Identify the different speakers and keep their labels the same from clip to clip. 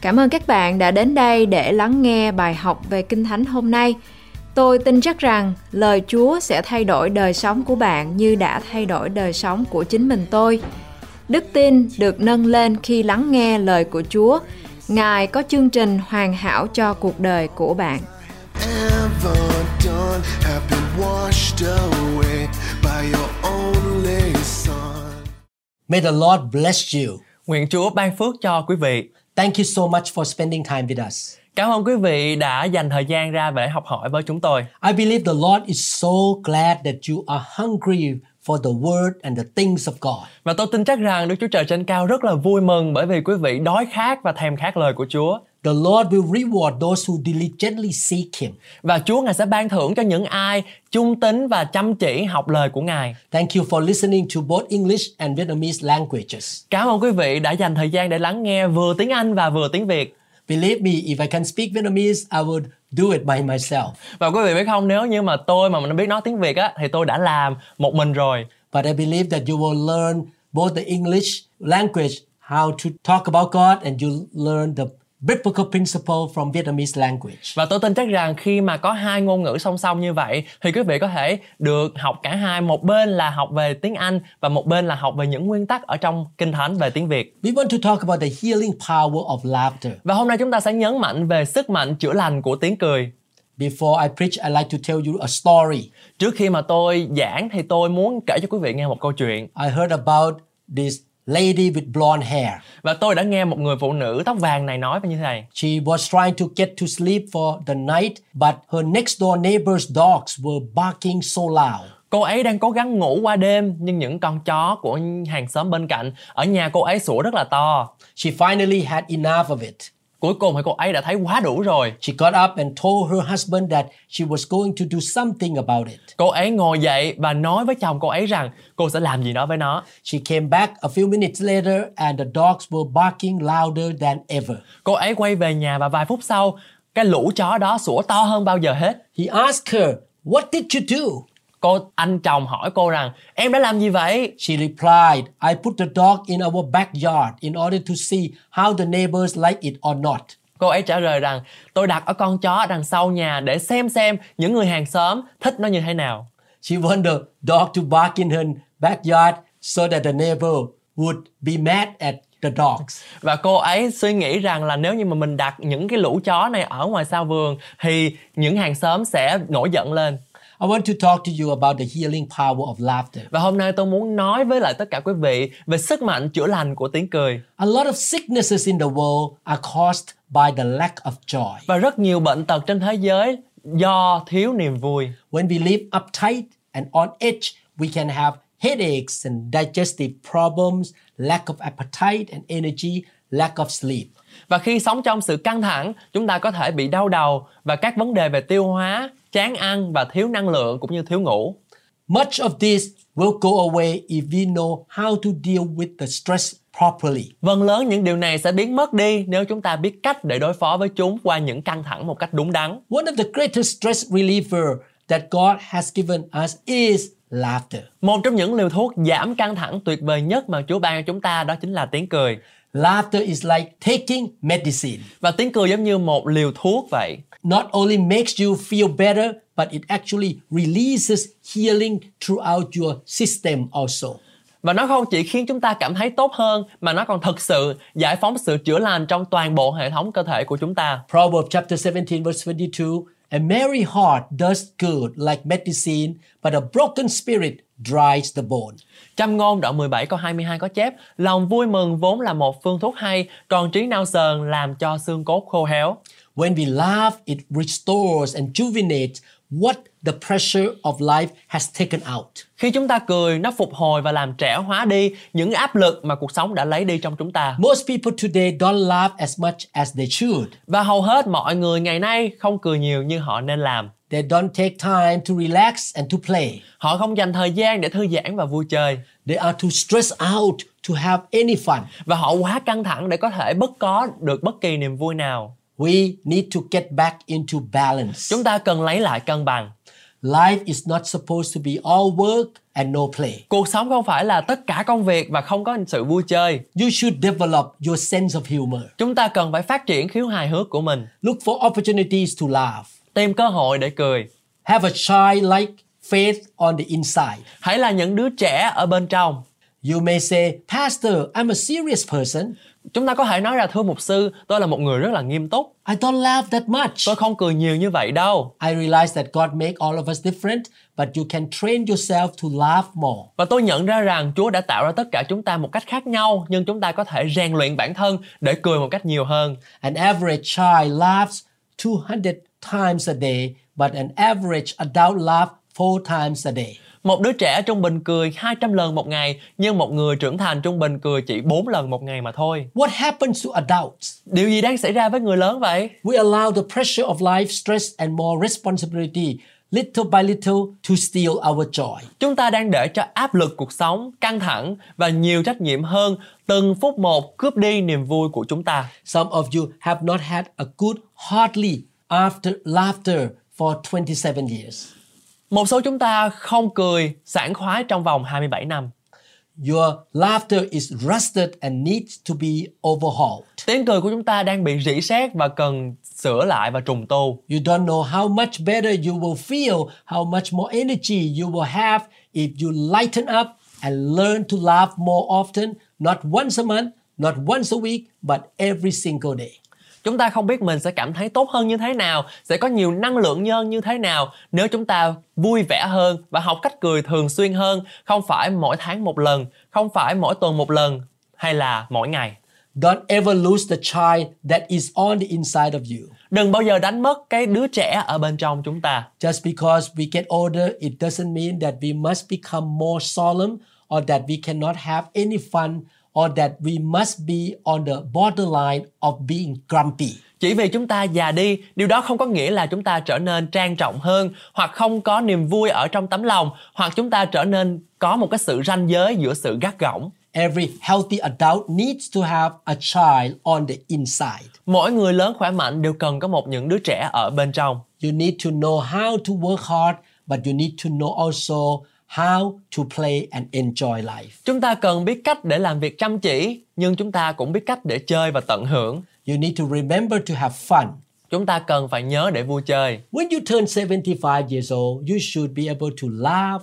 Speaker 1: Cảm ơn các bạn đã đến đây để lắng nghe bài học về Kinh Thánh hôm nay. Tôi tin chắc rằng lời Chúa sẽ thay đổi đời sống của bạn như đã thay đổi đời sống của chính mình tôi. Đức tin được nâng lên khi lắng nghe lời của Chúa. Ngài có chương trình hoàn hảo cho cuộc đời của bạn.
Speaker 2: ever done have been washed away by your only son.
Speaker 3: May the Lord bless you.
Speaker 4: Nguyện Chúa ban phước cho quý vị.
Speaker 3: Thank you so much for spending time with us.
Speaker 4: Cảm ơn quý vị đã dành thời gian ra để học hỏi với chúng tôi.
Speaker 3: I believe the Lord is so glad that you are hungry for the word and the things of God.
Speaker 4: Và tôi tin chắc rằng Đức Chúa Trời trên cao rất là vui mừng bởi vì quý vị đói khát và thèm khát lời của Chúa.
Speaker 3: The Lord will reward those who diligently seek Him.
Speaker 4: Và Chúa Ngài sẽ ban thưởng cho những ai trung tín và chăm chỉ học lời của Ngài.
Speaker 3: Thank you for listening to both English and Vietnamese languages.
Speaker 4: Cảm ơn quý vị đã dành thời gian để lắng nghe vừa tiếng Anh và vừa tiếng Việt.
Speaker 3: Believe me, if I can speak Vietnamese, I would do it by myself.
Speaker 4: Và quý vị biết không, nếu như mà tôi mà mình biết nói tiếng Việt á thì tôi đã làm một mình rồi.
Speaker 3: But I believe that you will learn both the English language, how to talk about God, and you learn the biblical principle from Vietnamese language.
Speaker 4: Và tôi tin chắc rằng khi mà có hai ngôn ngữ song song như vậy thì quý vị có thể được học cả hai, một bên là học về tiếng Anh và một bên là học về những nguyên tắc ở trong kinh thánh về tiếng Việt.
Speaker 3: We want to talk about the healing power of laughter.
Speaker 4: Và hôm nay chúng ta sẽ nhấn mạnh về sức mạnh chữa lành của tiếng cười.
Speaker 3: Before I preach, I like to tell you a story.
Speaker 4: Trước khi mà tôi giảng thì tôi muốn kể cho quý vị nghe một câu chuyện
Speaker 3: I heard about this lady with blonde hair.
Speaker 4: và tôi đã nghe một người phụ nữ tóc vàng này nói như thế này.
Speaker 3: She was trying to get to sleep for the night, but her next door neighbor's dogs were barking so loud.
Speaker 4: Cô ấy đang cố gắng ngủ qua đêm nhưng những con chó của hàng xóm bên cạnh ở nhà cô ấy sủa rất là to.
Speaker 3: She finally had enough of it.
Speaker 4: Cuối cùng thì cô ấy đã thấy quá đủ rồi.
Speaker 3: She got up and told her husband that she was going to do something about it.
Speaker 4: Cô ấy ngồi dậy và nói với chồng cô ấy rằng cô sẽ làm gì đó với nó.
Speaker 3: She came back a few minutes later and the dogs were barking louder than ever.
Speaker 4: Cô ấy quay về nhà và vài phút sau, cái lũ chó đó sủa to hơn bao giờ hết.
Speaker 3: He asked her, What did you do?
Speaker 4: Cô anh chồng hỏi cô rằng em đã làm gì vậy?
Speaker 3: She replied, I put the dog in our backyard in order to see how the neighbors like it or not.
Speaker 4: Cô ấy trả lời rằng tôi đặt ở con chó đằng sau nhà để xem xem những người hàng xóm thích nó như thế nào.
Speaker 3: She wanted the dog to bark in her backyard so that the neighbor would be mad at the dogs.
Speaker 4: Và cô ấy suy nghĩ rằng là nếu như mà mình đặt những cái lũ chó này ở ngoài sau vườn thì những hàng xóm sẽ nổi giận lên.
Speaker 3: I want to talk to you about the healing power of laughter.
Speaker 4: Và hôm nay tôi muốn nói với lại tất cả quý vị về sức mạnh chữa lành của tiếng cười.
Speaker 3: A lot of sicknesses in the world are caused by the lack of joy.
Speaker 4: Và rất nhiều bệnh tật trên thế giới do thiếu niềm vui.
Speaker 3: When we live uptight and on edge, we can have headaches and digestive problems, lack of appetite and energy, lack of sleep.
Speaker 4: Và khi sống trong sự căng thẳng, chúng ta có thể bị đau đầu và các vấn đề về tiêu hóa, chán ăn và thiếu năng lượng cũng như thiếu ngủ.
Speaker 3: Much of this will go away if we know how to deal with the stress properly.
Speaker 4: Phần lớn những điều này sẽ biến mất đi nếu chúng ta biết cách để đối phó với chúng qua những căng thẳng một cách đúng đắn.
Speaker 3: One of the greatest stress reliever that God has given us is laughter.
Speaker 4: Một trong những liều thuốc giảm căng thẳng tuyệt vời nhất mà Chúa ban cho chúng ta đó chính là tiếng cười.
Speaker 3: Laughter is like taking medicine.
Speaker 4: Và tiếng cười giống như một liều thuốc vậy.
Speaker 3: Not only makes you feel better, but it actually releases healing throughout your system also.
Speaker 4: Và nó không chỉ khiến chúng ta cảm thấy tốt hơn mà nó còn thực sự giải phóng sự chữa lành trong toàn bộ hệ thống cơ thể của chúng ta.
Speaker 3: Proverbs chapter 17 verse 22, a merry heart does good like medicine, but a broken spirit dries the bone.
Speaker 4: Châm ngôn đoạn 17 câu 22 có chép Lòng vui mừng vốn là một phương thuốc hay Còn trí nao sờn làm cho xương cốt khô héo
Speaker 3: When we laugh, it restores and rejuvenates what the pressure of life has taken out.
Speaker 4: Khi chúng ta cười, nó phục hồi và làm trẻ hóa đi Những áp lực mà cuộc sống đã lấy đi trong chúng ta
Speaker 3: Most people today don't laugh as much as they should.
Speaker 4: Và hầu hết mọi người ngày nay không cười nhiều như họ nên làm
Speaker 3: They don't take time to relax and to play.
Speaker 4: Họ không dành thời gian để thư giãn và vui chơi
Speaker 3: They are too stressed out to have any fun.
Speaker 4: Và họ quá căng thẳng để có thể bất có được bất kỳ niềm vui nào
Speaker 3: We need to get back into balance.
Speaker 4: Chúng ta cần lấy lại cân bằng
Speaker 3: Life is not supposed to be all work and no play.
Speaker 4: Cuộc sống không phải là tất cả công việc và không có sự vui chơi.
Speaker 3: You should develop your sense of humor.
Speaker 4: Chúng ta cần phải phát triển khiếu hài hước của mình,
Speaker 3: Look for opportunities to laugh.
Speaker 4: tìm cơ hội để cười.
Speaker 3: Have a childlike faith on the inside.
Speaker 4: Hãy là những đứa trẻ ở bên trong.
Speaker 3: You may say, Pastor, I'm a serious person.
Speaker 4: Chúng ta có thể nói ra thưa mục sư, tôi là một người rất là nghiêm túc,
Speaker 3: I don't laugh that much.
Speaker 4: tôi không cười nhiều như vậy đâu.
Speaker 3: I realize that God make all of us different, but you can train yourself to laugh more.
Speaker 4: Và tôi nhận ra rằng Chúa đã tạo ra tất cả chúng ta một cách khác nhau, nhưng chúng ta có thể rèn luyện bản thân để cười một cách nhiều hơn.
Speaker 3: An average child laughs 200 times a day, but an average adult laughs four times a day.
Speaker 4: Một đứa trẻ trung bình cười 200 lần một ngày, nhưng một người trưởng thành trung bình cười chỉ 4 lần một ngày mà thôi.
Speaker 3: What happens to adults?
Speaker 4: Điều gì đang xảy ra với người lớn vậy?
Speaker 3: We allow the pressure of life, stress, and more responsibility little by little to steal our joy.
Speaker 4: Chúng ta đang để cho áp lực cuộc sống, căng thẳng và nhiều trách nhiệm hơn từng phút một cướp đi niềm vui của chúng ta.
Speaker 3: Some of you have not had a good hardly after laughter for 27 years.
Speaker 4: Một số chúng ta không cười sảng khoái trong vòng 27 năm.
Speaker 3: Your laughter is rusted and needs to be overhauled.
Speaker 4: Tiếng cười của chúng ta đang bị rỉ sét và cần sửa lại và trùng tu.
Speaker 3: You don't know how much better you will feel, how much more energy you will have if you lighten up and learn to laugh more often, not once a month, not once a week, but every single day.
Speaker 4: Chúng ta không biết mình sẽ cảm thấy tốt hơn như thế nào, sẽ có nhiều năng lượng hơn như thế nào nếu chúng ta vui vẻ hơn và học cách cười thường xuyên hơn, không phải mỗi tháng một lần, không phải mỗi tuần một lần hay là mỗi ngày.
Speaker 3: Don't ever lose the child that is on the inside of you.
Speaker 4: Đừng bao giờ đánh mất cái đứa trẻ ở bên trong chúng ta.
Speaker 3: Just because we get older, it doesn't mean that we must become more solemn or that we cannot have any fun or that we must be on the borderline of being grumpy.
Speaker 4: Chỉ vì chúng ta già đi, điều đó không có nghĩa là chúng ta trở nên trang trọng hơn hoặc không có niềm vui ở trong tấm lòng hoặc chúng ta trở nên có một cái sự ranh giới giữa sự gắt gỏng.
Speaker 3: Every healthy adult needs to have a child on the inside.
Speaker 4: Mỗi người lớn khỏe mạnh đều cần có một những đứa trẻ ở bên trong.
Speaker 3: You need to know how to work hard, but you need to know also how to play and enjoy life.
Speaker 4: Chúng ta cần biết cách để làm việc chăm chỉ, nhưng chúng ta cũng biết cách để chơi và tận hưởng.
Speaker 3: You need to remember to have fun.
Speaker 4: Chúng ta cần phải nhớ để vui chơi.
Speaker 3: When you turn 75 years old, you should be able to laugh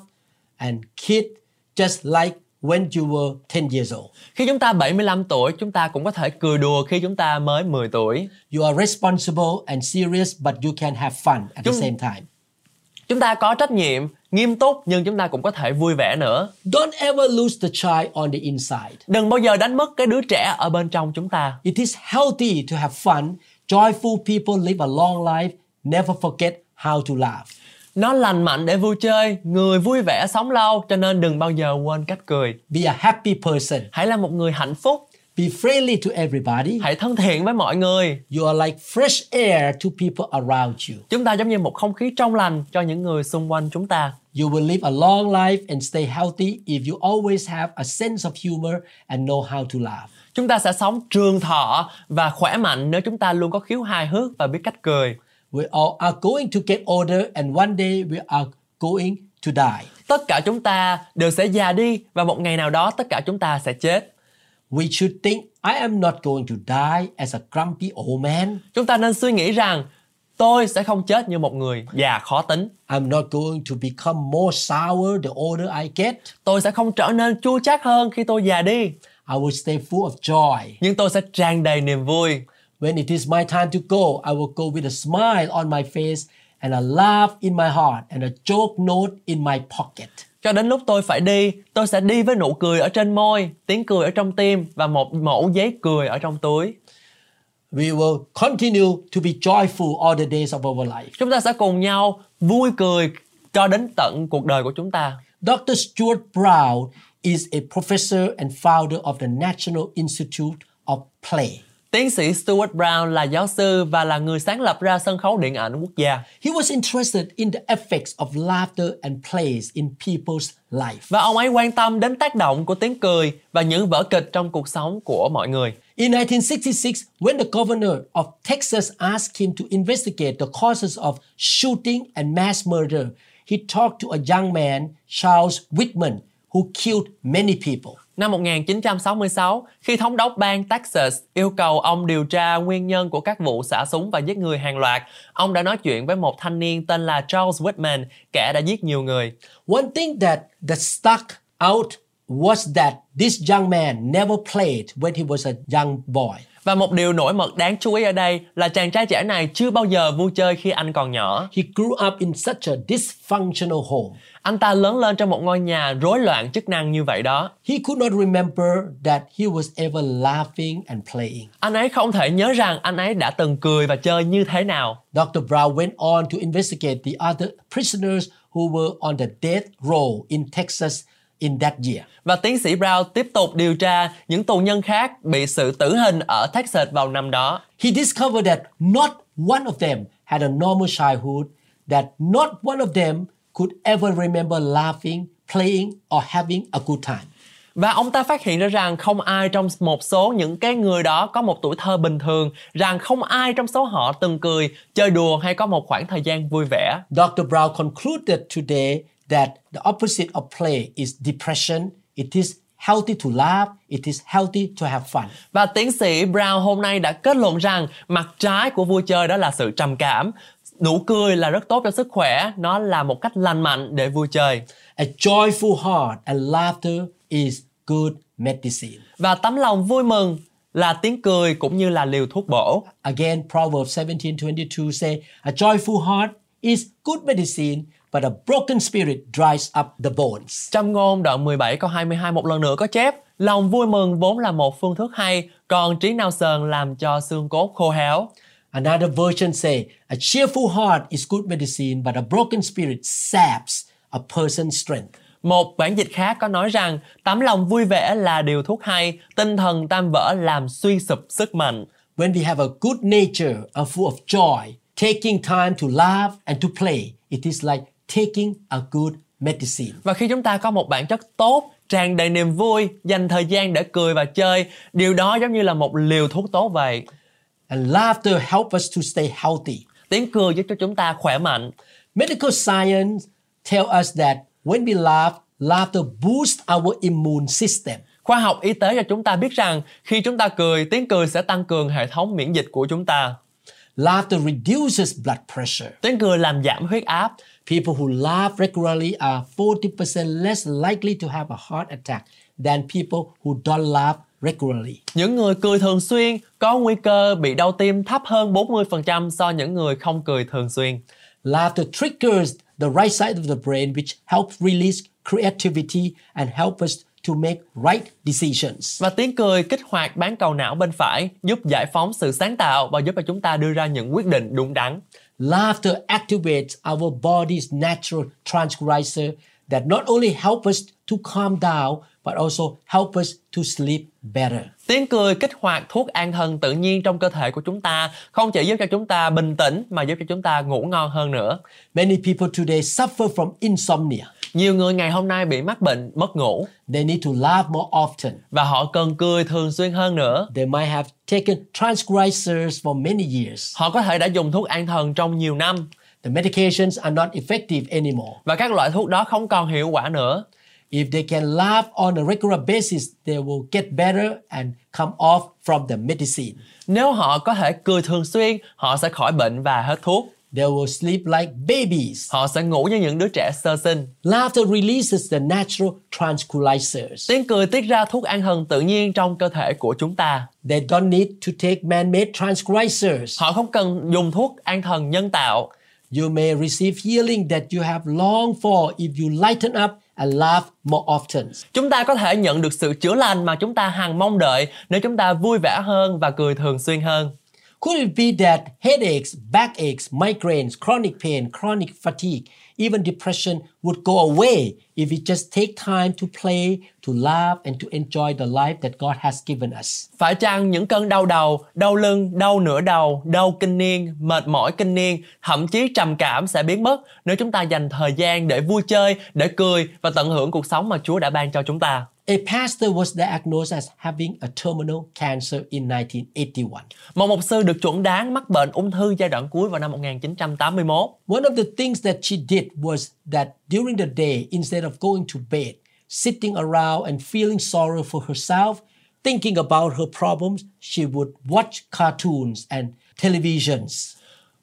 Speaker 3: and kid just like when you were 10 years old.
Speaker 4: Khi chúng ta 75 tuổi, chúng ta cũng có thể cười đùa khi chúng ta mới 10 tuổi.
Speaker 3: You are responsible and serious, but you can have fun at the
Speaker 4: Chúng-
Speaker 3: same time.
Speaker 4: Chúng ta có trách nhiệm, nghiêm túc nhưng chúng ta cũng có thể vui vẻ nữa.
Speaker 3: Don't ever lose the child on the inside.
Speaker 4: Đừng bao giờ đánh mất cái đứa trẻ ở bên trong chúng ta.
Speaker 3: It is healthy to have fun. Joyful people live a long life. Never forget how to laugh.
Speaker 4: Nó lành mạnh để vui chơi, người vui vẻ sống lâu cho nên đừng bao giờ quên cách cười.
Speaker 3: Be a happy person.
Speaker 4: Hãy là một người hạnh phúc,
Speaker 3: Be friendly to everybody.
Speaker 4: hãy thân thiện với mọi người.
Speaker 3: You are like fresh air to people around you.
Speaker 4: Chúng ta giống như một không khí trong lành cho những người xung quanh chúng ta.
Speaker 3: You will live a long life and stay healthy if you always have a sense of humor and know how to laugh.
Speaker 4: Chúng ta sẽ sống trường thọ và khỏe mạnh nếu chúng ta luôn có khiếu hài hước và biết cách cười.
Speaker 3: We all are going to get older and one day we are going to die.
Speaker 4: Tất cả chúng ta đều sẽ già đi và một ngày nào đó tất cả chúng ta sẽ chết.
Speaker 3: We should think, I am not going to die as a grumpy old man.
Speaker 4: Chúng ta nên suy nghĩ rằng tôi sẽ không chết như một người già khó tính.
Speaker 3: I'm not going to become more sour the older I get.
Speaker 4: Tôi sẽ không trở nên chua chát hơn khi tôi già đi,
Speaker 3: I will stay full of joy.
Speaker 4: nhưng tôi sẽ tràn đầy niềm vui.
Speaker 3: When it is my time to go, I will go with a smile on my face and a laugh in my heart and a joke note in my pocket.
Speaker 4: Cho đến lúc tôi phải đi, tôi sẽ đi với nụ cười ở trên môi, tiếng cười ở trong tim và một mẫu giấy cười ở trong túi.
Speaker 3: We will continue to be joyful all the days of our life.
Speaker 4: Chúng ta sẽ cùng nhau vui cười cho đến tận cuộc đời của chúng ta.
Speaker 3: Dr. Stuart Brown is a professor and founder of the National Institute of Play.
Speaker 4: Tiến sĩ Stuart Brown là giáo sư và là người sáng lập ra sân khấu điện ảnh quốc gia.
Speaker 3: He was interested in the effects of laughter and plays in people's life.
Speaker 4: Và ông ấy quan tâm đến tác động của tiếng cười và những vở kịch trong cuộc sống của mọi người.
Speaker 3: In 1966, when the governor of Texas asked him to investigate the causes of shooting and mass murder, he talked to a young man, Charles Whitman, who killed many people.
Speaker 4: Năm 1966, khi thống đốc bang Texas yêu cầu ông điều tra nguyên nhân của các vụ xả súng và giết người hàng loạt, ông đã nói chuyện với một thanh niên tên là Charles Whitman, kẻ đã giết nhiều người.
Speaker 3: One thing that, that stuck out was that this young man never played when he was a young boy.
Speaker 4: Và một điều nổi bật đáng chú ý ở đây là chàng trai trẻ này chưa bao giờ vui chơi khi anh còn nhỏ.
Speaker 3: He grew up in such a dysfunctional home.
Speaker 4: Anh ta lớn lên trong một ngôi nhà rối loạn chức năng như vậy đó.
Speaker 3: He could not remember that he was ever laughing and playing.
Speaker 4: Anh ấy không thể nhớ rằng anh ấy đã từng cười và chơi như thế nào.
Speaker 3: Dr. Brown went on to investigate the other prisoners who were on the death row in Texas in that year.
Speaker 4: Và tiến sĩ Brown tiếp tục điều tra những tù nhân khác bị sự tử hình ở Texas vào năm đó.
Speaker 3: He discovered that not one of them had a normal childhood, that not one of them could ever remember laughing, playing, or having a good time.
Speaker 4: Và ông ta phát hiện ra rằng không ai trong một số những cái người đó có một tuổi thơ bình thường, rằng không ai trong số họ từng cười, chơi đùa hay có một khoảng thời gian vui vẻ.
Speaker 3: Dr. Brown concluded today that the opposite of play is depression. It is healthy to laugh, it is healthy to have fun.
Speaker 4: Và tiến sĩ Brown hôm nay đã kết luận rằng mặt trái của vui chơi đó là sự trầm cảm. Nụ cười là rất tốt cho sức khỏe, nó là một cách lành mạnh để vui chơi.
Speaker 3: A joyful heart and laughter is good medicine.
Speaker 4: Và tấm lòng vui mừng là tiếng cười cũng như là liều thuốc bổ.
Speaker 3: Again, Proverbs 17:22 say, "A joyful heart is good medicine, but a broken spirit dries up the bones."
Speaker 4: Trong ngôn đoạn 17 câu 22 một lần nữa có chép Lòng vui mừng vốn là một phương thức hay, còn trí nào sờn làm cho xương cốt khô héo.
Speaker 3: Another version say, "A cheerful heart is good medicine, but a broken spirit saps a person's strength."
Speaker 4: Một bản dịch khác có nói rằng tấm lòng vui vẻ là điều thuốc hay, tinh thần tam vỡ làm suy sụp sức mạnh.
Speaker 3: When we have a good nature, are full of joy, taking time to laugh and to play, it is like taking a good medicine.
Speaker 4: Và khi chúng ta có một bản chất tốt, tràn đầy niềm vui, dành thời gian để cười và chơi, điều đó giống như là một liều thuốc tốt vậy.
Speaker 3: And laughter help us to stay healthy.
Speaker 4: Tiếng cười giúp cho chúng ta khỏe mạnh.
Speaker 3: Medical science tell us that when we laugh, laughter boosts our immune system.
Speaker 4: Khoa học y tế cho chúng ta biết rằng khi chúng ta cười, tiếng cười sẽ tăng cường hệ thống miễn dịch của chúng ta.
Speaker 3: Laughter reduces blood pressure.
Speaker 4: Tiếng cười làm giảm huyết áp.
Speaker 3: People who laugh regularly are 40% less likely to have a heart attack than people who don't laugh regularly.
Speaker 4: Những người cười thường xuyên có nguy cơ bị đau tim thấp hơn 40% so với những người không cười thường xuyên.
Speaker 3: Laughter triggers the right side of the brain, which helps release creativity and help us to make right decisions.
Speaker 4: Và tiếng cười kích hoạt bán cầu não bên phải, giúp giải phóng sự sáng tạo và giúp cho chúng ta đưa ra những quyết định đúng đắn.
Speaker 3: Laughter activates our body's natural tranquilizer that not only help us to calm down but also help us to sleep better.
Speaker 4: Tiếng cười kích hoạt thuốc an thần tự nhiên trong cơ thể của chúng ta, không chỉ giúp cho chúng ta bình tĩnh mà giúp cho chúng ta ngủ ngon hơn nữa.
Speaker 3: Many people today suffer from insomnia.
Speaker 4: Nhiều người ngày hôm nay bị mắc bệnh mất ngủ
Speaker 3: They need to laugh more often.
Speaker 4: và họ cần cười thường xuyên hơn nữa.
Speaker 3: They might have taken tranquilizers for many years.
Speaker 4: Họ có thể đã dùng thuốc an thần trong nhiều năm
Speaker 3: The medications are not effective anymore.
Speaker 4: và các loại thuốc đó không còn hiệu quả nữa.
Speaker 3: If they can laugh on a regular basis, they will get better and come off from the medicine.
Speaker 4: Nếu họ có thể cười thường xuyên, họ sẽ khỏi bệnh và hết thuốc.
Speaker 3: They will sleep like babies.
Speaker 4: Họ sẽ ngủ như những đứa trẻ sơ sinh.
Speaker 3: Laughter releases the natural tranquilizers.
Speaker 4: Tiếng cười tiết ra thuốc an thần tự nhiên trong cơ thể của chúng ta.
Speaker 3: They don't need to take man-made tranquilizers.
Speaker 4: Họ không cần dùng thuốc an thần nhân tạo.
Speaker 3: You may receive healing that you have longed for if you lighten up and laugh more often.
Speaker 4: Chúng ta có thể nhận được sự chữa lành mà chúng ta hằng mong đợi nếu chúng ta vui vẻ hơn và cười thường xuyên hơn.
Speaker 3: Could it be that headaches, backaches, migraines, chronic pain, chronic fatigue, even depression would go away if we just take time to play, to laugh, and to enjoy the life that God has given us?
Speaker 4: Phải chăng những cơn đau đầu, đau lưng, đau nửa đầu, đau kinh niên, mệt mỏi kinh niên, thậm chí trầm cảm sẽ biến mất nếu chúng ta dành thời gian để vui chơi, để cười và tận hưởng cuộc sống mà Chúa đã ban cho chúng ta.
Speaker 3: A pastor was diagnosed as having a terminal cancer in 1981.
Speaker 4: Một mục sư được chuẩn đoán mắc bệnh ung thư giai đoạn cuối vào năm 1981.
Speaker 3: One of the things that she did was that during the day, instead of going to bed, sitting around and feeling sorrow for herself, thinking about her problems, she would watch cartoons and televisions.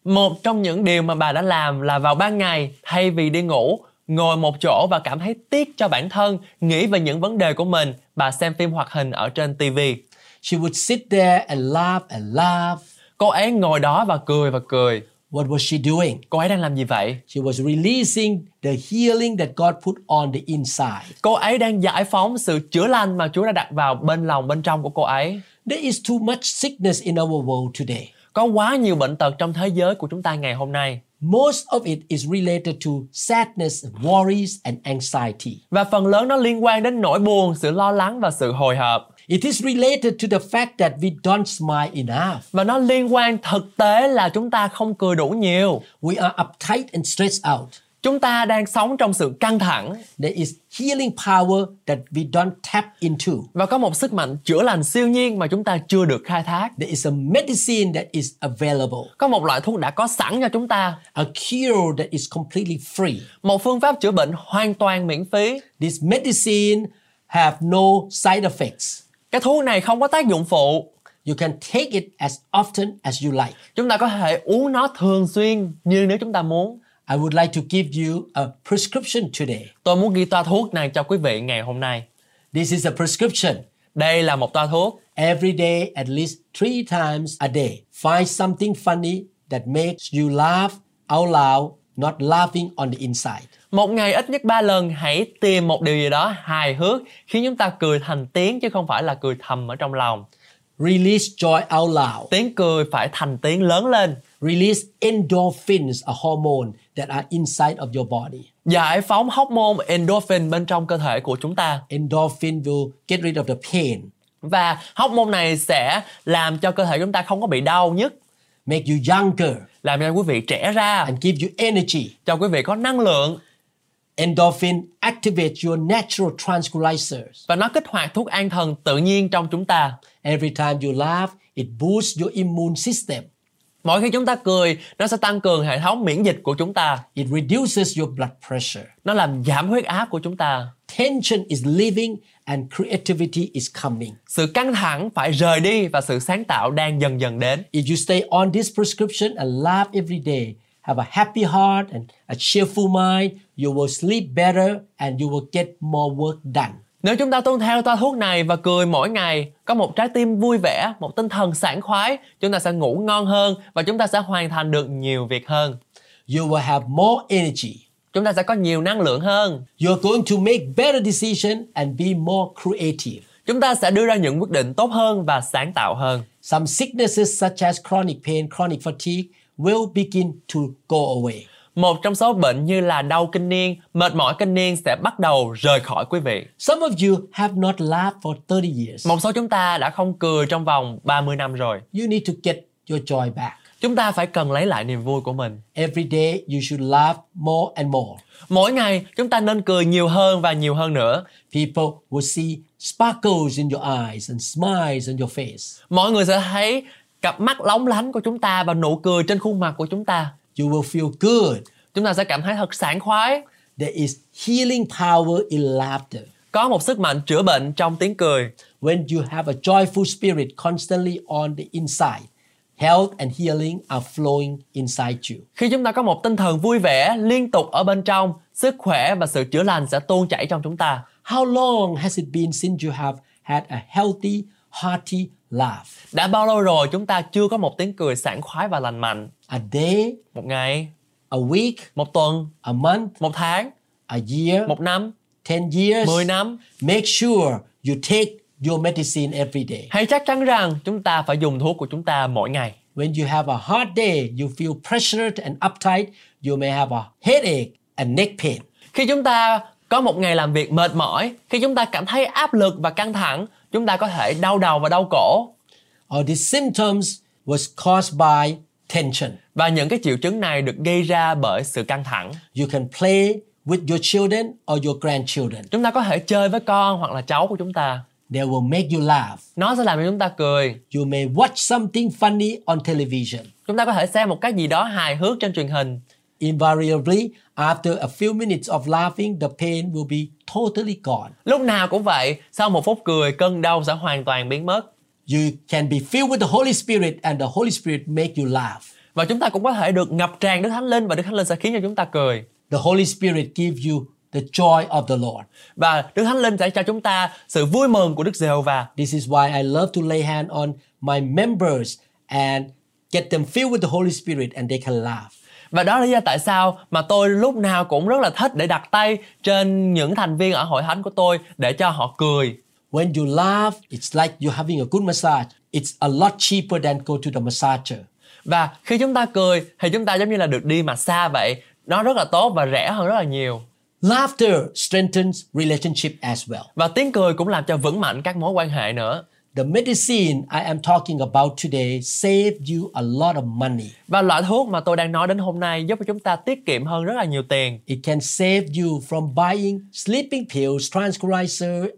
Speaker 4: Một trong những điều mà bà đã làm là vào ban ngày thay vì đi ngủ, ngồi một chỗ và cảm thấy tiếc cho bản thân, nghĩ về những vấn đề của mình, bà xem phim hoạt hình ở trên TV.
Speaker 3: She would sit there and laugh and laugh.
Speaker 4: Cô ấy ngồi đó và cười và cười.
Speaker 3: What was she doing?
Speaker 4: Cô ấy đang làm gì vậy?
Speaker 3: She was releasing the healing that God put on the inside.
Speaker 4: Cô ấy đang giải phóng sự chữa lành mà Chúa đã đặt vào bên lòng bên trong của cô ấy.
Speaker 3: There is too much sickness in our world today.
Speaker 4: Có quá nhiều bệnh tật trong thế giới của chúng ta ngày hôm nay.
Speaker 3: Most of it is related to sadness, worries, and anxiety.
Speaker 4: Và phần lớn nó liên quan đến nỗi buồn, sự lo lắng và sự hồi hộp.
Speaker 3: It is related to the fact that we don't smile enough.
Speaker 4: Và nó liên quan thực tế là chúng ta không cười đủ nhiều.
Speaker 3: We are uptight and stressed out.
Speaker 4: Chúng ta đang sống trong sự căng thẳng
Speaker 3: There is healing power that we don't tap into.
Speaker 4: và có một sức mạnh chữa lành siêu nhiên mà chúng ta chưa được khai thác.
Speaker 3: There is a medicine that is available,
Speaker 4: Có một loại thuốc đã có sẵn cho chúng ta,
Speaker 3: a cure that is completely free.
Speaker 4: một phương pháp chữa bệnh hoàn toàn miễn phí.
Speaker 3: This medicine have no side effects.
Speaker 4: Cái thuốc này không có tác dụng phụ.
Speaker 3: You can take it as often as you like.
Speaker 4: Chúng ta có thể uống nó thường xuyên như nếu chúng ta muốn.
Speaker 3: I would like to give you a prescription today.
Speaker 4: Tôi muốn ghi toa thuốc này cho quý vị ngày hôm nay.
Speaker 3: This is a prescription.
Speaker 4: Đây là một toa thuốc.
Speaker 3: Every day, at least three times a day, find something funny that makes you laugh out loud, not laughing on the inside.
Speaker 4: Một ngày ít nhất 3 lần hãy tìm một điều gì đó hài hước khiến chúng ta cười thành tiếng chứ không phải là cười thầm ở trong lòng.
Speaker 3: Release joy out loud.
Speaker 4: Tiếng cười phải thành tiếng lớn lên.
Speaker 3: Release endorphins, a hormone that are inside of your body.
Speaker 4: Giải phóng hormone endorphin bên trong cơ thể của chúng ta
Speaker 3: Endorphin will get rid of the pain,
Speaker 4: và hormone này sẽ làm cho cơ thể chúng ta không có bị đau nhất,
Speaker 3: make you younger,
Speaker 4: làm cho quý vị trẻ ra,
Speaker 3: and give you energy.
Speaker 4: cho quý vị có năng lượng
Speaker 3: Endorphin activates your natural tranquilizers.
Speaker 4: và nó kích hoạt thuốc an thần tự nhiên trong chúng ta.
Speaker 3: Every time you laugh, it boosts your immune system.
Speaker 4: Mỗi khi chúng ta cười, nó sẽ tăng cường hệ thống miễn dịch của chúng ta,
Speaker 3: It reduces your blood pressure.
Speaker 4: nó làm giảm huyết áp của chúng ta.
Speaker 3: Tension is leaving and creativity is coming.
Speaker 4: Sự căng thẳng phải rời đi và sự sáng tạo đang dần dần đến.
Speaker 3: If you stay on this prescription and laugh every day, have a happy heart and a cheerful mind, you will sleep better and you will get more work done.
Speaker 4: Nếu chúng ta tuân theo toa thuốc này và cười mỗi ngày, có một trái tim vui vẻ, một tinh thần sảng khoái, chúng ta sẽ ngủ ngon hơn và chúng ta sẽ hoàn thành được nhiều việc hơn.
Speaker 3: You will have more energy.
Speaker 4: Chúng ta sẽ có nhiều năng lượng hơn.
Speaker 3: You are going to make better decisions and be more creative.
Speaker 4: Chúng ta sẽ đưa ra những quyết định tốt hơn và sáng tạo hơn.
Speaker 3: Some sicknesses such as chronic pain, chronic fatigue will begin to go away.
Speaker 4: Một trong số bệnh như là đau kinh niên, mệt mỏi kinh niên sẽ bắt đầu rời khỏi quý vị.
Speaker 3: Some of you have not laughed for 30 years.
Speaker 4: Một số chúng ta đã không cười trong vòng 30 năm rồi.
Speaker 3: You need to get your joy back.
Speaker 4: Chúng ta phải cần lấy lại niềm vui của mình.
Speaker 3: Every day you should laugh more and more.
Speaker 4: Mỗi ngày chúng ta nên cười nhiều hơn và nhiều hơn nữa.
Speaker 3: People will see sparkles in your eyes and smiles on your face.
Speaker 4: Mọi người sẽ thấy cặp mắt lóng lánh của chúng ta và nụ cười trên khuôn mặt của chúng ta.
Speaker 3: You will feel good.
Speaker 4: Chúng ta sẽ cảm thấy thật sảng khoái.
Speaker 3: There is healing power in laughter.
Speaker 4: Có một sức mạnh chữa bệnh trong tiếng cười.
Speaker 3: When you have a joyful spirit constantly on the inside, health and healing are flowing inside you.
Speaker 4: Khi chúng ta có một tinh thần vui vẻ liên tục ở bên trong, sức khỏe và sự chữa lành sẽ tuôn chảy trong chúng ta.
Speaker 3: How long has it been since you have had a healthy, hearty laugh?
Speaker 4: Đã bao lâu rồi chúng ta chưa có một tiếng cười sảng khoái và lành mạnh?
Speaker 3: A day,
Speaker 4: Một ngày,
Speaker 3: a week,
Speaker 4: một tuần,
Speaker 3: a month,
Speaker 4: một tháng,
Speaker 3: a year,
Speaker 4: một năm,
Speaker 3: 10 years,
Speaker 4: mười năm.
Speaker 3: Make sure you take your medicine every day.
Speaker 4: Hãy chắc chắn rằng chúng ta phải dùng thuốc của chúng ta mỗi ngày.
Speaker 3: When you have a hard day, you feel pressured and uptight, you may have a headache and neck pain.
Speaker 4: Khi chúng ta có một ngày làm việc mệt mỏi, khi chúng ta cảm thấy áp lực và căng thẳng, chúng ta có thể đau đầu và đau cổ.
Speaker 3: All these symptoms was caused by tension.
Speaker 4: Và những cái triệu chứng này được gây ra bởi sự căng thẳng.
Speaker 3: You can play with your children or your grandchildren.
Speaker 4: chúng ta có thể chơi với con hoặc là cháu của chúng ta
Speaker 3: They will make you laugh.
Speaker 4: nó sẽ làm cho chúng ta cười
Speaker 3: You may watch something funny on television.
Speaker 4: chúng ta có thể xem một cái gì đó hài hước trên truyền hình
Speaker 3: Invariably, after a few minutes of laughing, the pain will be totally gone.
Speaker 4: lúc nào cũng vậy sau một phút cười cơn đau sẽ hoàn toàn biến mất
Speaker 3: You can be filled with the Holy Spirit and the Holy Spirit make you laugh.
Speaker 4: và chúng ta cũng có thể được ngập tràn Đức Thánh Linh và Đức Thánh Linh sẽ khiến cho chúng ta cười
Speaker 3: The Holy Spirit gives you the joy of the Lord.
Speaker 4: và Đức Thánh Linh sẽ cho chúng ta sự vui mừng của Đức Giê-hô-va
Speaker 3: This is why I love to lay hand on my members and get them filled with the Holy Spirit and they can laugh.
Speaker 4: Và đó là lý do tại sao mà tôi lúc nào cũng rất là thích để đặt tay trên những thành viên ở hội thánh của tôi để cho họ cười.
Speaker 3: When you laugh, it's like you're having a good massage. It's a lot cheaper than go to the massager.
Speaker 4: Và khi chúng ta cười thì chúng ta giống như là được đi mà xa vậy. Nó rất là tốt và rẻ hơn rất là nhiều.
Speaker 3: Laughter strengthens relationship as well.
Speaker 4: Và tiếng cười cũng làm cho vững mạnh các mối quan hệ nữa.
Speaker 3: The medicine I am talking about today saved you a lot of money.
Speaker 4: Và loại thuốc mà tôi đang nói đến hôm nay giúp cho chúng ta tiết kiệm hơn rất là nhiều tiền.
Speaker 3: It can save you from buying sleeping pills, tranquilizer,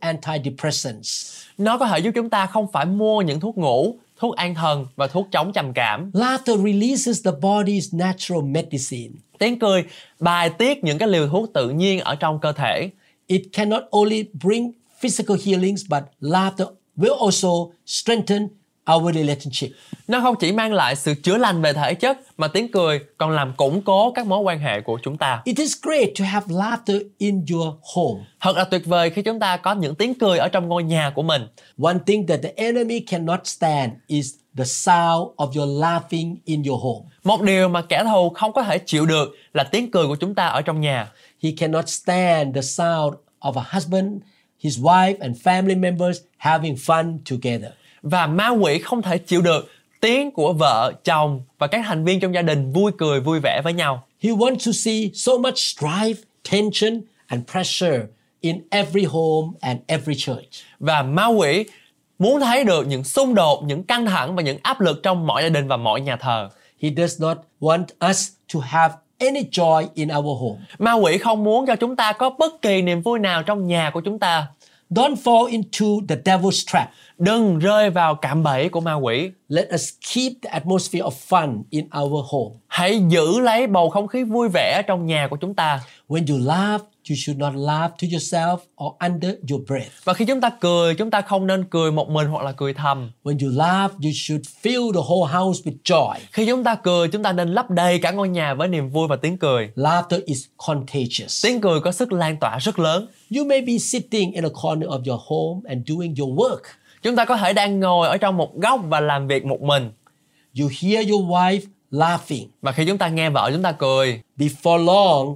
Speaker 3: antidepressants.
Speaker 4: Nó có thể giúp chúng ta không phải mua những thuốc ngủ, thuốc an thần và thuốc chống trầm cảm.
Speaker 3: Laughter releases the body's natural medicine.
Speaker 4: Tiếng cười bài tiết những cái liều thuốc tự nhiên ở trong cơ thể.
Speaker 3: It can not only bring physical healings, but laughter will also strengthen our relationship.
Speaker 4: Nó không chỉ mang lại sự chữa lành về thể chất mà tiếng cười còn làm củng cố các mối quan hệ của chúng ta.
Speaker 3: It is great to have laughter in your home.
Speaker 4: Thật là tuyệt vời khi chúng ta có những tiếng cười ở trong ngôi nhà của mình.
Speaker 3: One thing that the enemy cannot stand is the sound of your laughing in your home.
Speaker 4: Một điều mà kẻ thù không có thể chịu được là tiếng cười của chúng ta ở trong nhà.
Speaker 3: He cannot stand the sound of a husband, his wife, and family members having fun together.
Speaker 4: Và ma quỷ không thể chịu được tiếng của vợ, chồng và các thành viên trong gia đình vui cười vui vẻ với nhau.
Speaker 3: He wants to see so much strife, tension, and pressure in every home and every church.
Speaker 4: Và ma quỷ muốn thấy được những xung đột, những căng thẳng và những áp lực trong mọi gia đình và mọi nhà thờ.
Speaker 3: He does not want us to have any joy in our home.
Speaker 4: Ma quỷ không muốn cho chúng ta có bất kỳ niềm vui nào trong nhà của chúng ta.
Speaker 3: Don't fall into the devil's trap.
Speaker 4: Đừng rơi vào cạm bẫy của ma quỷ.
Speaker 3: Let us keep the atmosphere of fun in our home.
Speaker 4: Hãy giữ lấy bầu không khí vui vẻ trong nhà của chúng ta.
Speaker 3: When you laugh, you should not laugh to yourself or under your breath.
Speaker 4: Và khi chúng ta cười, chúng ta không nên cười một mình hoặc là cười thầm.
Speaker 3: When you laugh, you should fill the whole house with joy.
Speaker 4: Khi chúng ta cười, chúng ta nên lấp đầy cả ngôi nhà với niềm vui và tiếng cười.
Speaker 3: Laughter is contagious.
Speaker 4: Tiếng cười có sức lan tỏa rất lớn.
Speaker 3: You may be sitting in a corner of your home and doing your work.
Speaker 4: Chúng ta có thể đang ngồi ở trong một góc và làm việc một mình.
Speaker 3: You hear your wife laughing.
Speaker 4: Và khi chúng ta nghe vợ chúng ta cười,
Speaker 3: Before long,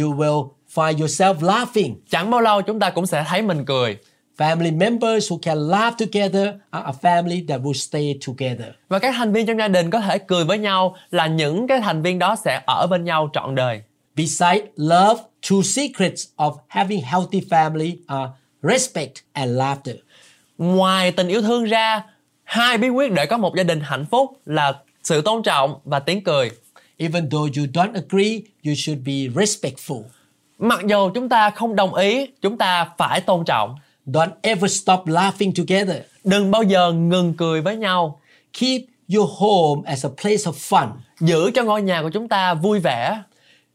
Speaker 3: you will find yourself laughing.
Speaker 4: chẳng bao lâu chúng ta cũng sẽ thấy mình cười.
Speaker 3: Family members who can laugh together are a family that will stay together.
Speaker 4: Và các thành viên trong gia đình có thể cười với nhau là những cái thành viên đó sẽ ở bên nhau trọn đời.
Speaker 3: Beside love, two secrets of having healthy family are respect and laughter.
Speaker 4: Ngoài tình yêu thương ra, hai bí quyết để có một gia đình hạnh phúc là sự tôn trọng và tiếng cười.
Speaker 3: Even though you don't agree, you should be respectful.
Speaker 4: Mặc dù chúng ta không đồng ý, chúng ta phải tôn trọng.
Speaker 3: Don't ever stop laughing together.
Speaker 4: Đừng bao giờ ngừng cười với nhau.
Speaker 3: Keep your home as a place of fun.
Speaker 4: Giữ cho ngôi nhà của chúng ta vui vẻ.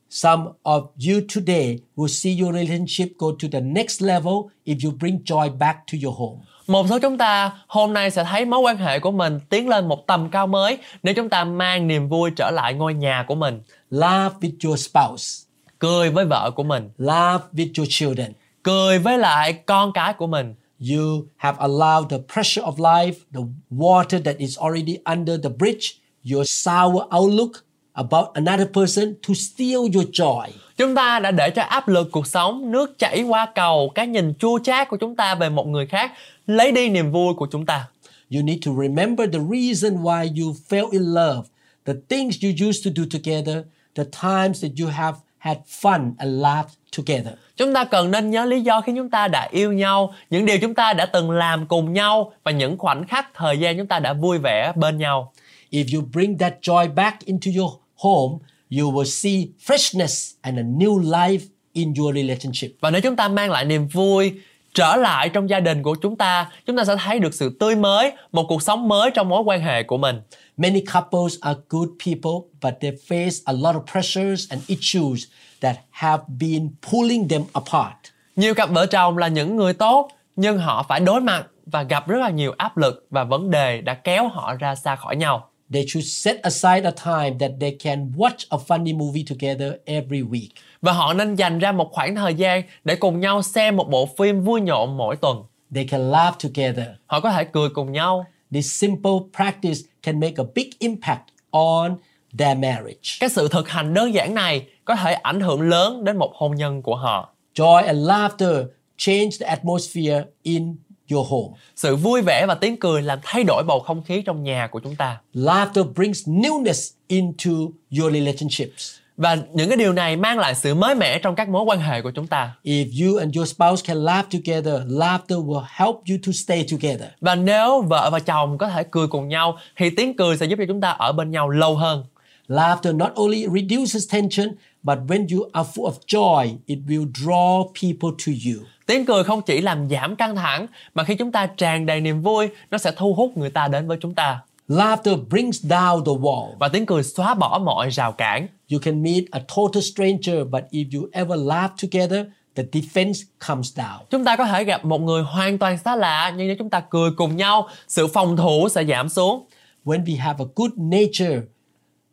Speaker 3: Some of you today will see your relationship go to the next level if you bring joy back to your home.
Speaker 4: Một số chúng ta hôm nay sẽ thấy mối quan hệ của mình tiến lên một tầm cao mới nếu chúng ta mang niềm vui trở lại ngôi nhà của mình.
Speaker 3: Laugh with your spouse.
Speaker 4: Cười với vợ của mình,
Speaker 3: Laugh with your children.
Speaker 4: cười với lại con cái của mình.
Speaker 3: You have allowed the pressure of life, the water that is already under the bridge, your sour outlook about another person to steal your joy.
Speaker 4: Chúng ta đã để cho áp lực cuộc sống, nước chảy qua cầu, cái nhìn chua chát của chúng ta về một người khác lấy đi niềm vui của chúng ta.
Speaker 3: You need to remember the reason why you fell in love, the things you used to do together, the times that you have had fun and laughed together.
Speaker 4: Chúng ta cần nên nhớ lý do khi chúng ta đã yêu nhau, những điều chúng ta đã từng làm cùng nhau và những khoảnh khắc thời gian chúng ta đã vui vẻ bên nhau.
Speaker 3: If you bring that joy back into your home, you will see freshness and a new life in your relationship.
Speaker 4: Và nếu chúng ta mang lại niềm vui trở lại trong gia đình của chúng ta, chúng ta sẽ thấy được sự tươi mới, một cuộc sống mới trong mối quan hệ của mình.
Speaker 3: Many couples are good people, but they face a lot of pressures and issues that have been pulling them apart.
Speaker 4: Nhiều cặp vợ chồng là những người tốt, nhưng họ phải đối mặt và gặp rất là nhiều áp lực và vấn đề đã kéo họ ra xa khỏi nhau.
Speaker 3: They should set aside a time that they can watch a funny movie together every week.
Speaker 4: Và họ nên dành ra một khoảng thời gian để cùng nhau xem một bộ phim vui nhộn mỗi tuần.
Speaker 3: They can laugh together.
Speaker 4: Họ có thể cười cùng nhau.
Speaker 3: This simple practice can make a big impact on their marriage.
Speaker 4: Cái sự thực hành đơn giản này có thể ảnh hưởng lớn đến một hôn nhân của họ.
Speaker 3: Joy and laughter change the atmosphere in your home.
Speaker 4: Sự vui vẻ và tiếng cười làm thay đổi bầu không khí trong nhà của chúng ta.
Speaker 3: Laughter brings newness into your relationships.
Speaker 4: Và những cái điều này mang lại sự mới mẻ trong các mối quan hệ của chúng ta.
Speaker 3: If you and your spouse can laugh together, laughter will help you to stay together.
Speaker 4: Và nếu vợ và chồng có thể cười cùng nhau thì tiếng cười sẽ giúp cho chúng ta ở bên nhau lâu hơn.
Speaker 3: Laughter not only reduces tension, but when you are full of joy, it will draw people to you.
Speaker 4: Tiếng cười không chỉ làm giảm căng thẳng mà khi chúng ta tràn đầy niềm vui, nó sẽ thu hút người ta đến với chúng ta.
Speaker 3: Laughter brings down the wall.
Speaker 4: Và tiếng cười xóa bỏ mọi rào cản.
Speaker 3: You can meet a total stranger, but if you ever laugh together, the defense comes down.
Speaker 4: Chúng ta có thể gặp một người hoàn toàn xa lạ nhưng nếu chúng ta cười cùng nhau, sự phòng thủ sẽ giảm xuống.
Speaker 3: When we have a good nature,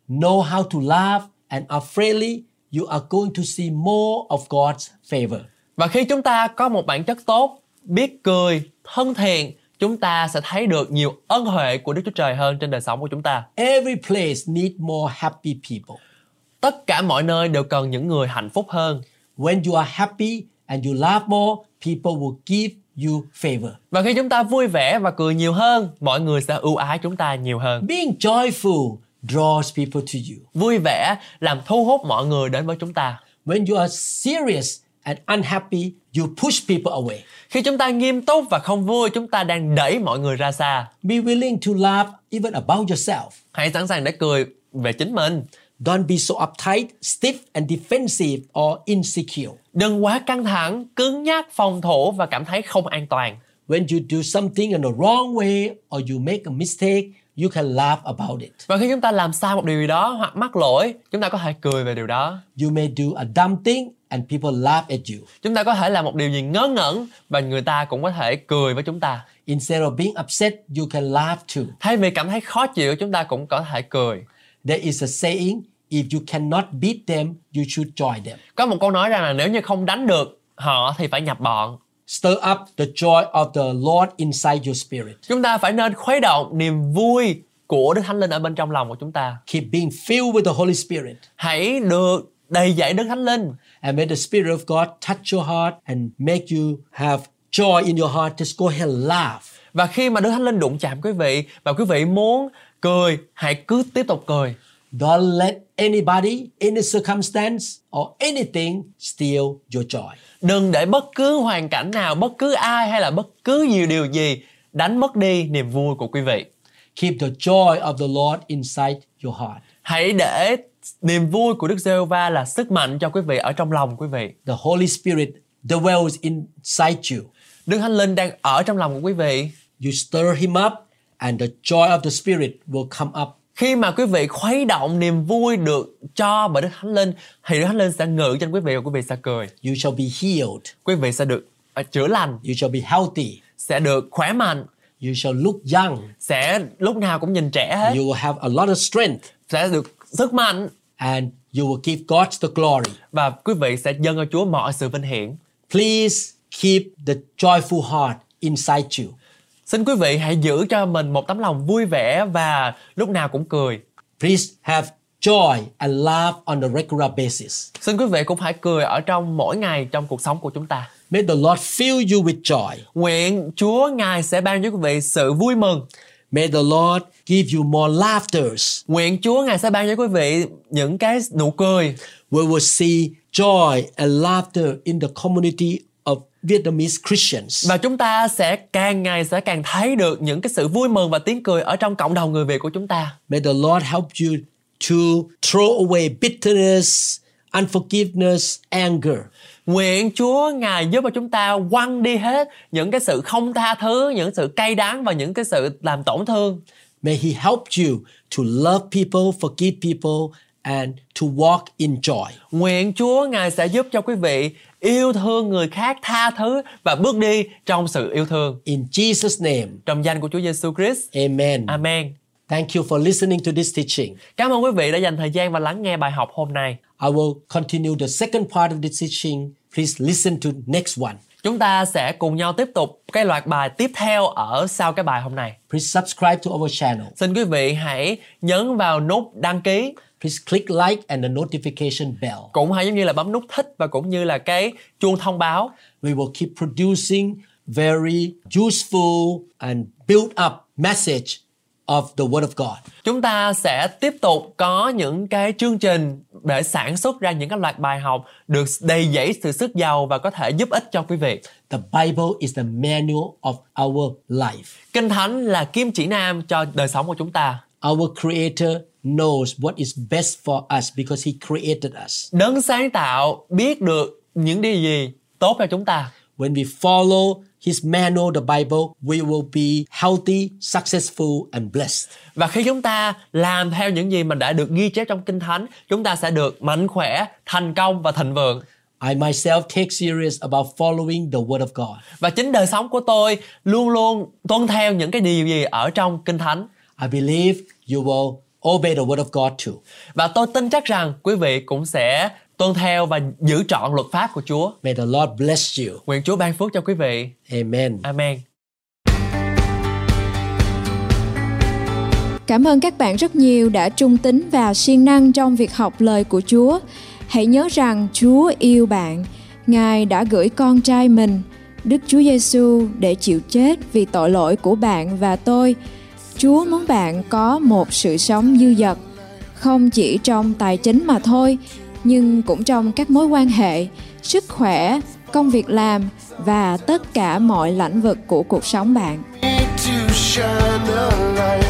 Speaker 3: know how to laugh, and are friendly, you are going to see more of God's favor.
Speaker 4: Và khi chúng ta có một bản chất tốt, biết cười, thân thiện, chúng ta sẽ thấy được nhiều ân huệ của Đức Chúa Trời hơn trên đời sống của chúng ta.
Speaker 3: Every place need more happy people.
Speaker 4: Tất cả mọi nơi đều cần những người hạnh phúc hơn.
Speaker 3: When you are happy and you laugh more, people will give you favor.
Speaker 4: Và khi chúng ta vui vẻ và cười nhiều hơn, mọi người sẽ ưu ái chúng ta nhiều hơn.
Speaker 3: Being joyful draws people to you.
Speaker 4: Vui vẻ làm thu hút mọi người đến với chúng ta.
Speaker 3: When you are serious and unhappy, you push people away.
Speaker 4: Khi chúng ta nghiêm túc và không vui, chúng ta đang đẩy mọi người ra xa.
Speaker 3: Be willing to laugh even about yourself.
Speaker 4: Hãy sẵn sàng để cười về chính mình.
Speaker 3: Don't be so uptight, stiff, and defensive or insecure.
Speaker 4: Đừng quá căng thẳng, cứng nhắc, phòng thủ và cảm thấy không an toàn.
Speaker 3: When you do something in the wrong way or you make a mistake, you can laugh about it.
Speaker 4: Và khi chúng ta làm sai một điều gì đó hoặc mắc lỗi, chúng ta có thể cười về điều đó.
Speaker 3: You may do a dumb thing and people laugh at you.
Speaker 4: Chúng ta có thể làm một điều gì ngớ ngẩn và người ta cũng có thể cười với chúng ta.
Speaker 3: Instead of being upset, you can laugh too.
Speaker 4: Thay vì cảm thấy khó chịu, chúng ta cũng có thể cười.
Speaker 3: There is a saying if you cannot beat them, you should join them.
Speaker 4: Có một câu nói rằng là nếu như không đánh được họ thì phải nhập bọn.
Speaker 3: Stir up the joy of the Lord inside your spirit.
Speaker 4: Chúng ta phải nên khuấy động niềm vui của Đức Thánh Linh ở bên trong lòng của chúng ta.
Speaker 3: Keep being filled with the Holy Spirit.
Speaker 4: Hãy được đầy dạy Đức Thánh Linh
Speaker 3: And may the Spirit of God touch your heart and make you have joy in your heart. Just go ahead and laugh.
Speaker 4: và khi mà Đức Thánh Linh đụng chạm quý vị và quý vị muốn cười, hãy cứ tiếp tục cười.
Speaker 3: Don't let anybody, any circumstance, or anything steal your joy.
Speaker 4: Đừng để bất cứ hoàn cảnh nào, bất cứ ai hay là bất cứ nhiều điều gì đánh mất đi niềm vui của quý vị.
Speaker 3: Keep the joy of the Lord inside your heart.
Speaker 4: Hãy để niềm vui của Đức Giê-hô-va là sức mạnh cho quý vị ở trong lòng quý vị.
Speaker 3: The Holy Spirit dwells inside you.
Speaker 4: Đức Thánh Linh đang ở trong lòng của quý vị.
Speaker 3: You stir him up, and the joy of the Spirit will come up.
Speaker 4: Khi mà quý vị khuấy động niềm vui được cho bởi Đức Thánh Linh thì Đức Thánh Linh sẽ ngự trên quý vị và quý vị sẽ cười.
Speaker 3: You shall be healed.
Speaker 4: Quý vị sẽ được ờ, chữa lành,
Speaker 3: You shall be healthy.
Speaker 4: sẽ được khỏe mạnh,
Speaker 3: You shall look young.
Speaker 4: sẽ lúc nào cũng nhìn trẻ hết,
Speaker 3: You will have a lot of strength,
Speaker 4: sẽ được sức mạnh
Speaker 3: and you will give God the glory.
Speaker 4: và quý vị sẽ dâng cho Chúa mọi sự vinh hiển.
Speaker 3: Please keep the joyful heart inside you.
Speaker 4: Xin quý vị hãy giữ cho mình một tấm lòng vui vẻ và lúc nào cũng cười.
Speaker 3: Please have joy and laugh on a regular basis.
Speaker 4: Xin quý vị cũng hãy cười ở trong mỗi ngày trong cuộc sống của chúng ta.
Speaker 3: May the Lord fill you with joy.
Speaker 4: Nguyện Chúa Ngài sẽ ban cho quý vị sự vui mừng.
Speaker 3: May the Lord give you more laughters.
Speaker 4: Nguyện Chúa Ngài sẽ ban cho quý vị những cái nụ cười.
Speaker 3: We will see joy and laughter in the community of Vietnamese Christians.
Speaker 4: Và chúng ta sẽ càng ngày sẽ càng thấy được những cái sự vui mừng và tiếng cười ở trong cộng đồng người Việt của chúng ta.
Speaker 3: May the Lord help you to throw away bitterness, unforgiveness, anger.
Speaker 4: Nguyện Chúa Ngài giúp cho chúng ta quăng đi hết những cái sự không tha thứ, những sự cay đắng và những cái sự làm tổn thương.
Speaker 3: May He help you to love people, forgive people, and to walk in joy.
Speaker 4: Nguyện Chúa Ngài sẽ giúp cho quý vị yêu thương người khác, tha thứ và bước đi trong sự yêu thương.
Speaker 3: In Jesus' name,
Speaker 4: Trong danh của Chúa Giêsu Christ.
Speaker 3: amen.
Speaker 4: Amen.
Speaker 3: Thank you for listening to this teaching.
Speaker 4: Cảm ơn quý vị đã dành thời gian và lắng nghe bài học hôm nay.
Speaker 3: I will continue the second part of this teaching. Please listen to next one.
Speaker 4: Chúng ta sẽ cùng nhau tiếp tục cái loạt bài tiếp theo ở sau cái bài hôm nay.
Speaker 3: Please subscribe to our channel.
Speaker 4: Xin quý vị hãy nhấn vào nút đăng ký
Speaker 3: Please click like and the notification bell.
Speaker 4: cũng hãy giống như là bấm nút thích và cũng như là cái chuông thông báo
Speaker 3: We will keep producing very useful and build up message of the word of God.
Speaker 4: chúng ta sẽ tiếp tục có những cái chương trình để sản xuất ra những cái loạt bài học được đầy dẫy sự sức giàu và có thể giúp ích cho quý vị
Speaker 3: The Bible is the manual of our life.
Speaker 4: kinh thánh là kim chỉ nam cho đời sống của chúng ta
Speaker 3: Our creator knows what is best for us because he created us.
Speaker 4: đấng sáng tạo biết được những điều gì tốt cho chúng ta
Speaker 3: When we follow his manual, the Bible, we will be healthy, successful and blessed.
Speaker 4: và khi chúng ta làm theo những gì mình đã được ghi chép trong kinh thánh chúng ta sẽ được mạnh khỏe thành công và thịnh vượng
Speaker 3: I myself take serious about following the word of God.
Speaker 4: và chính đời sống của tôi luôn luôn tuân theo những cái điều gì ở trong kinh thánh
Speaker 3: I believe you will obey the word of God too.
Speaker 4: và tôi tin chắc rằng quý vị cũng sẽ tuân theo và giữ trọn luật pháp của Chúa.
Speaker 3: May the Lord bless you.
Speaker 4: Nguyện Chúa ban phước cho quý vị.
Speaker 3: Amen.
Speaker 4: Amen.
Speaker 1: Cảm ơn các bạn rất nhiều đã trung tín và siêng năng trong việc học lời của Chúa. Hãy nhớ rằng Chúa yêu bạn. Ngài đã gửi con trai mình, Đức Chúa Giêsu để chịu chết vì tội lỗi của bạn và tôi. Chúa muốn bạn có một sự sống dư dật, không chỉ trong tài chính mà thôi, nhưng cũng trong các mối quan hệ, sức khỏe, công việc làm và tất cả mọi lĩnh vực của cuộc sống bạn.
Speaker 2: need to shine a light